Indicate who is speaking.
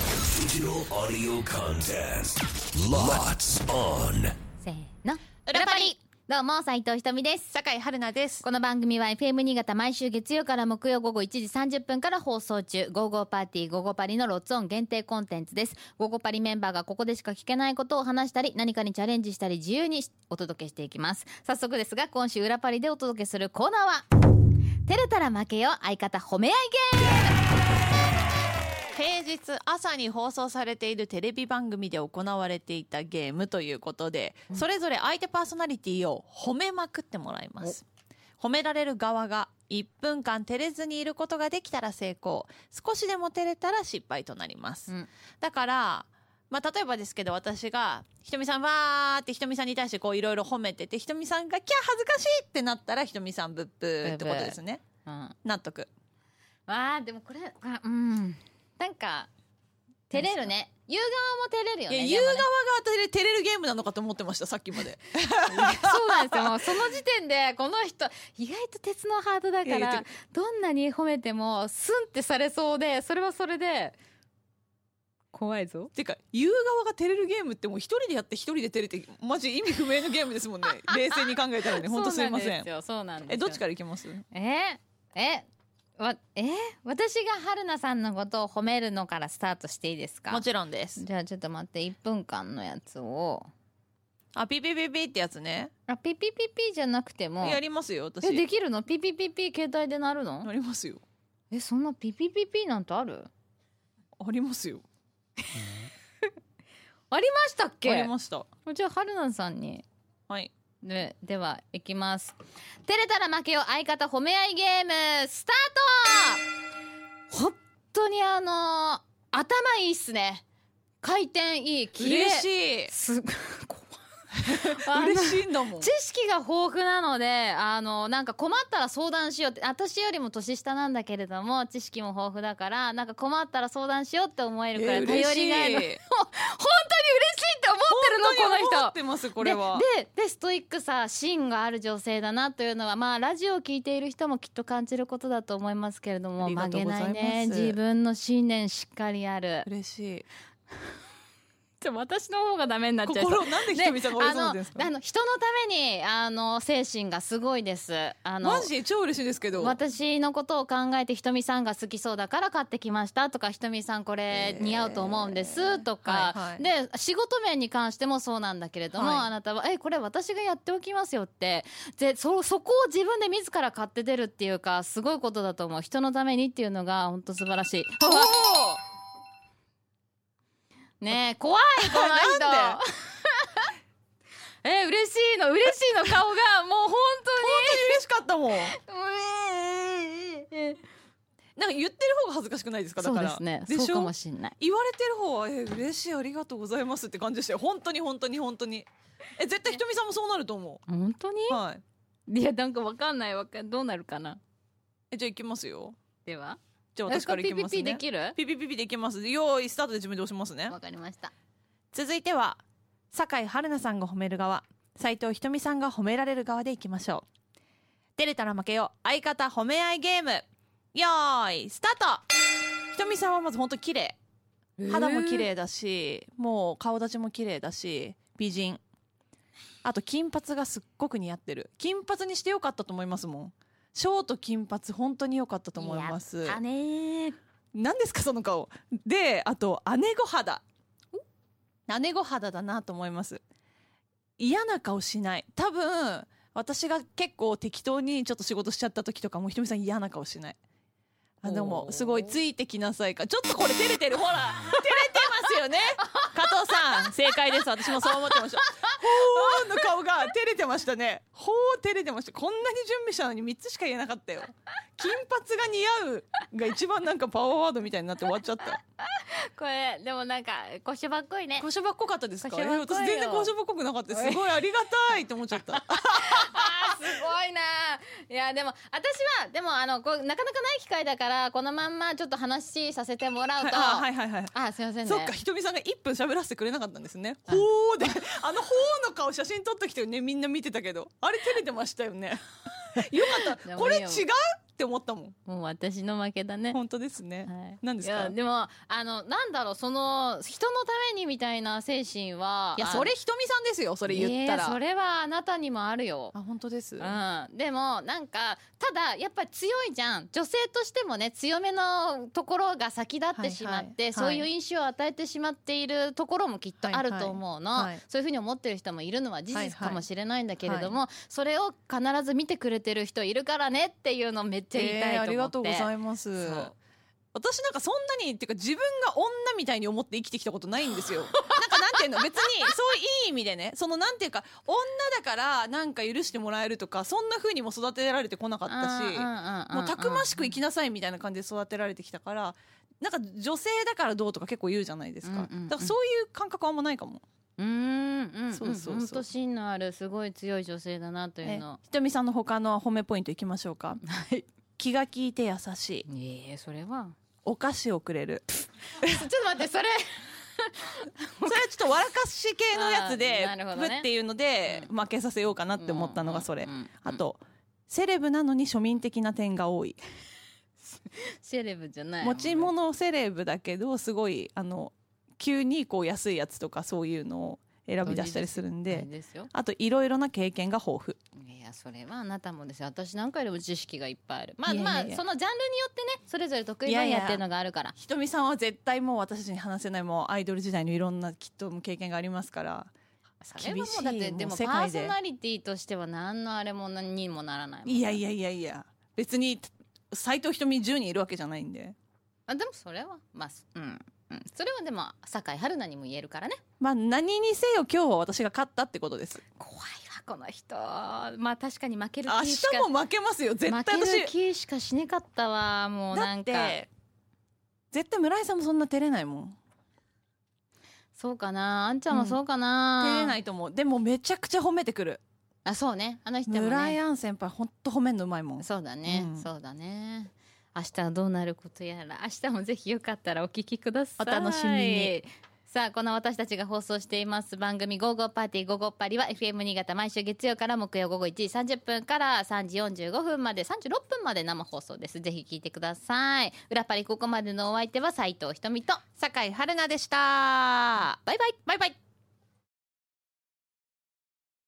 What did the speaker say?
Speaker 1: Digital audio contest. Lots on.
Speaker 2: せーの。
Speaker 3: 裏パリ
Speaker 2: どうも、斉藤ひとみです。
Speaker 3: 酒井春菜です。
Speaker 2: この番組は FM 新潟毎週月曜から木曜午後1時30分から放送中、ゴーゴーパーティー、ゴーゴーパリのロッツオン限定コンテンツです。ゴーゴーパリメンバーがここでしか聞けないことを話したり、何かにチャレンジしたり自由にお届けしていきます。早速ですが、今週裏パリでお届けするコーナーは、照れたら負けよ、相方褒め合いゲーム
Speaker 3: 平日朝に放送されているテレビ番組で行われていたゲームということで、それぞれ相手パーソナリティを褒めまくってもらいます。褒められる側が1分間照れずにいることができたら成功。少しでも照れたら失敗となります。
Speaker 2: うん
Speaker 3: だから、まあ、例えばですけど私が、ひとみさんわーってひとみさんに対してこういろいろ褒めてて、ひとみさんがキャー恥ずかしいってなったらひとみさんブッブーってことですね。
Speaker 2: うん。
Speaker 3: 納得。
Speaker 2: わあ、でもこれ、あうん。なんか、照れるね。言う側も照れるよ
Speaker 3: いや、
Speaker 2: ね。
Speaker 3: 言う
Speaker 2: でも
Speaker 3: 側
Speaker 2: ね
Speaker 3: が照れ照れるゲームなのかと思ってました、さっきまで。
Speaker 2: そうなんですよ。もうその時点で、この人、意外と鉄のハートだか
Speaker 3: いや言っ
Speaker 2: ら
Speaker 3: て、
Speaker 2: どんなに褒めても、スンってされそうで、それはそれで、怖いぞ。
Speaker 3: てか、言う側が照れるゲームってもう一人でやって一人で照れて、マジ意味不明のゲームですも んね。冷静に考えたらね、ほんとすいませ
Speaker 2: そうなんで
Speaker 3: ん。
Speaker 2: すよ。そうなんですよ
Speaker 3: え、どっちからいきます
Speaker 2: ええわ、え私が春菜さんのことを褒めるのからスタートしていいですか
Speaker 3: ちろんです。
Speaker 2: じゃあちょっと待って、1分間のやつを。
Speaker 3: あ、ピピピピってやつね。
Speaker 2: あ、ピピピピじゃなくても、
Speaker 3: やりますよ、私。
Speaker 2: え、で
Speaker 3: や
Speaker 2: きるのピピピピ携帯で鳴るの
Speaker 3: りますよ。
Speaker 2: え、そんなピピピピなんてある
Speaker 3: ありますよ。
Speaker 2: ありましたっけ
Speaker 3: ありました。
Speaker 2: じゃあ、春菜さんに。
Speaker 3: はい。
Speaker 2: で、では、いきます。照れたら負けよ、相方褒め合いゲーム、スタート本当にあのー頭いいっすね。回転いい、綺麗。
Speaker 3: 嬉し
Speaker 2: い。
Speaker 3: い。
Speaker 2: す、怖い。
Speaker 3: 嬉
Speaker 2: い。
Speaker 3: しいんだ もん。
Speaker 2: 知識が豊富なので、あの、なんか困ったら相談しようって、私よりも年下なんだけれども、知識も豊富だから、なんか困ったら相談しようって思えるくら
Speaker 3: え
Speaker 2: い
Speaker 3: 嬉
Speaker 2: 頼
Speaker 3: し
Speaker 2: り
Speaker 3: い
Speaker 2: がいの。本当に嬉しいって思
Speaker 3: 本
Speaker 2: ってる
Speaker 3: 当
Speaker 2: の、
Speaker 3: に
Speaker 2: この
Speaker 3: 思
Speaker 2: 人
Speaker 3: っ。てます、これは。
Speaker 2: でででストイックさ芯がある女性だなというのはまあラジオを聞いている人もきっと感じることだと思いますけれど
Speaker 3: あ
Speaker 2: も
Speaker 3: りが
Speaker 2: 曲
Speaker 3: とう
Speaker 2: げ
Speaker 3: ござ
Speaker 2: ない
Speaker 3: ます
Speaker 2: いね自分の信念しっかりある
Speaker 3: 嬉しい。
Speaker 2: でも私の方がダメになっちゃいそう
Speaker 3: 心、なんでひとみさんが折れそうなんです
Speaker 2: あ
Speaker 3: か
Speaker 2: のあの人のためにあの精神がすごいですあの
Speaker 3: マジで超嬉しいですけど。
Speaker 2: 私のことを考えてひとみさんが好きそうだから買ってきましたとかひとみさんこれ似合うと思うんですとか、
Speaker 3: はい
Speaker 2: で仕事面に関してもそうなんだけれども、
Speaker 3: はい
Speaker 2: あなたは「えこれ私がやっておきますよ」ってでそそこを自分で自ら買って出るっていうかすごいことだと思う人のためにっていうのが本当素晴らしい。
Speaker 3: お
Speaker 2: うわ
Speaker 3: お
Speaker 2: ねえ怖いこの
Speaker 3: なん
Speaker 2: 人え嬉しいの嬉しいの顔がもう本
Speaker 3: 嬉しかったも ん。
Speaker 2: 当にうえーえー
Speaker 3: なんか言ってる方が恥ずかしくないですかだ
Speaker 2: そう
Speaker 3: か
Speaker 2: で
Speaker 3: ら。
Speaker 2: すね
Speaker 3: で
Speaker 2: そう
Speaker 3: し
Speaker 2: か
Speaker 3: ょ
Speaker 2: もしんない。
Speaker 3: 言われてる方は、えー、嬉しい、ありがとうございますって感じでしたよ。本当に本当に本当に。え、絶対ひとみさんもそうなると思
Speaker 2: 本当に
Speaker 3: う。はい。
Speaker 2: いやなんかわかんないわかんどうなるかな
Speaker 3: え、じゃあ行きますよ。
Speaker 2: では
Speaker 3: じゃあ私から行きます
Speaker 2: ピ
Speaker 3: ね。
Speaker 2: ピピできる
Speaker 3: ピピピピできます。用意スタートで自分で押しますね。
Speaker 2: わかりました
Speaker 3: 続いては、酒井春菜さんが褒める側、斉藤ひとみさんが褒められる側でいきましょう。出れたら負けよ、相方褒め合いゲーム。よーい、スタートひとみさんはまず本当綺麗。肌も綺麗だし、もう顔立ちも綺麗だし、美人。あと金髪がすっごく似合ってる。金髪にしてよかったと思いますもん。ショート金髪本当によかったと思います。
Speaker 2: あねー
Speaker 3: 何ですかその顔であと姉御肌姉御肌だなと思います嫌な顔しない多分私が結構適当にちょっと仕事しちゃった時とかもひとみさん嫌な顔しないあでも
Speaker 2: おー
Speaker 3: すごいついてきなさいかちょっとこれ照れてるほら照れてますよね加藤さん正解です私もそう思ってましたほーの顔が照れてましたねほー照れてましたこんなに準備したのに3つしか言えなかったよ金髪が似合うが一番なんかパワーワードみたいになって終わっちゃった。
Speaker 2: これでもなんか腰ばっこいね
Speaker 3: 腰ばっこかったですか
Speaker 2: 腰ばっこいよ
Speaker 3: え私全然腰ばっこくなかったです。すごいありがたいって思っち ゃった。
Speaker 2: あーすごいなーいやでも私はでもあのこうなかなかない機会だからこのまんまちょっと話させてもらうと、
Speaker 3: あはいはいはい。
Speaker 2: あすいませんね
Speaker 3: そっか、ひとみさんが1分喋らせてくれなかったんですね。ほーで、あのほーの顔 写真撮ってきてね、みんな見てたけど。あれ照れてましたよね。よかった。
Speaker 2: でも
Speaker 3: これ
Speaker 2: いい
Speaker 3: 違う
Speaker 2: よ
Speaker 3: って思ったもん
Speaker 2: もう私の負けだね。
Speaker 3: 本当ですね、
Speaker 2: はい
Speaker 3: 何ですか
Speaker 2: いやでもあのなんだろうその人のためにみたいな精神はい
Speaker 3: やそれひとみさんですよそ
Speaker 2: そ
Speaker 3: れ言ったら、
Speaker 2: それはあなたにもあるよ
Speaker 3: あ本当です、
Speaker 2: うん、でもなんかただやっぱり強いじゃん女性としてもね強めのところが先立っ
Speaker 3: はいは
Speaker 2: て
Speaker 3: い
Speaker 2: しまって、
Speaker 3: はい
Speaker 2: そういう印象を与えてしまっているところもきっとあると思うの、
Speaker 3: はいはいはい
Speaker 2: そういうふうに思ってる人もいるのは事
Speaker 3: はい
Speaker 2: 実
Speaker 3: はい
Speaker 2: かもしれないんだけれども、それを必ず見てくれてる人いるからねっていうのめっちゃ言いたいと思って、
Speaker 3: えーありがとうございます
Speaker 2: そう
Speaker 3: 私なんかそんなにっていうか自分が女みたいに思って生きてきたことないん ですよなんかなんていうの別にそういういい意味でねそのなんていうか女だからなんか許してもらえるとかそんな風にも育てられてこなかったしもうたくましく生
Speaker 2: き
Speaker 3: きなさいみたいな感じで育てられてきたからなんか女性だからどうとか結構言うじゃないですか、
Speaker 2: うんうんうん
Speaker 3: だからそういう感覚はあんまないかも、
Speaker 2: うーんうん
Speaker 3: そうそうそう
Speaker 2: 本当芯のあるすごい強い女性だなという
Speaker 3: え
Speaker 2: の
Speaker 3: ひとみさんの他の褒めポイントいきましょうか
Speaker 2: はい
Speaker 3: 気が利いて優しい
Speaker 2: ええそれは
Speaker 3: お菓子をくれる
Speaker 2: ちょっと待ってそれ
Speaker 3: それはちょっと笑かし系のやつで
Speaker 2: あーなるほど
Speaker 3: ぶ
Speaker 2: ね
Speaker 3: っていうので負けさせようかなって思ったのがそれ、
Speaker 2: うんうんうん
Speaker 3: あとセレブなのに庶民的な点が多い
Speaker 2: セレブじゃない
Speaker 3: 持ち物セレブだけどすごいあの急にこう安いやつとかそういうのを選び出したりするん
Speaker 2: で
Speaker 3: で
Speaker 2: ですよ
Speaker 3: あといろいろな経験が豊富
Speaker 2: いやそれはあなたもですよ私なんかよりも知識がいっぱいあるまあ
Speaker 3: いやいや
Speaker 2: まあ
Speaker 3: いや
Speaker 2: そのジャンルによってねそれぞれ得意
Speaker 3: い
Speaker 2: 分
Speaker 3: や
Speaker 2: 野
Speaker 3: いや
Speaker 2: っていうのがあるから
Speaker 3: ひとみさんは絶対もう私たちに話せないもうアイドル時代のいろんなきっと経験がありますから
Speaker 2: それはもうだってでも
Speaker 3: もう
Speaker 2: パ
Speaker 3: 世界
Speaker 2: ー
Speaker 3: で
Speaker 2: ソナリティとしては何のあれも何にもならないもん
Speaker 3: いやいやいやいや別に斎藤ひとみ10人いるわけじゃないんで
Speaker 2: あでもそれはまあうんうんそれはでも酒井春菜にも言えるからね
Speaker 3: まあ何にせよ今日は私が勝ったってことです
Speaker 2: 怖いわこの人まあ確かに負ける
Speaker 3: 明
Speaker 2: 気しか
Speaker 3: 日も負けますよ絶対
Speaker 2: 負ける
Speaker 3: 私
Speaker 2: 気しかしねかったわもうな
Speaker 3: だっ
Speaker 2: んか
Speaker 3: て絶対村井さんもそんな照れないもん
Speaker 2: そうかなあんちゃんもそうかな、
Speaker 3: 照れないと思うでもめちゃくちゃ褒めてくる
Speaker 2: あそうねあの人も
Speaker 3: 村井
Speaker 2: ね
Speaker 3: 杏先輩ほんと褒めんのうまいもん
Speaker 2: そうだね、
Speaker 3: うん
Speaker 2: そうだね明日はどうなることやら明日もぜひよかったらお聞きください
Speaker 3: お楽しみに
Speaker 2: さあこの私たちが放送しています番組「ゴーゴーパーティーゴーゴーパリ」は FM 新潟毎週月曜から木曜午後1時30分から3時45分まで36分まで生放送ですぜひ聞いてください裏パリここまでのお相手は斉藤ひとみと
Speaker 3: 酒井春菜でした
Speaker 2: バイバイ
Speaker 3: バイバイ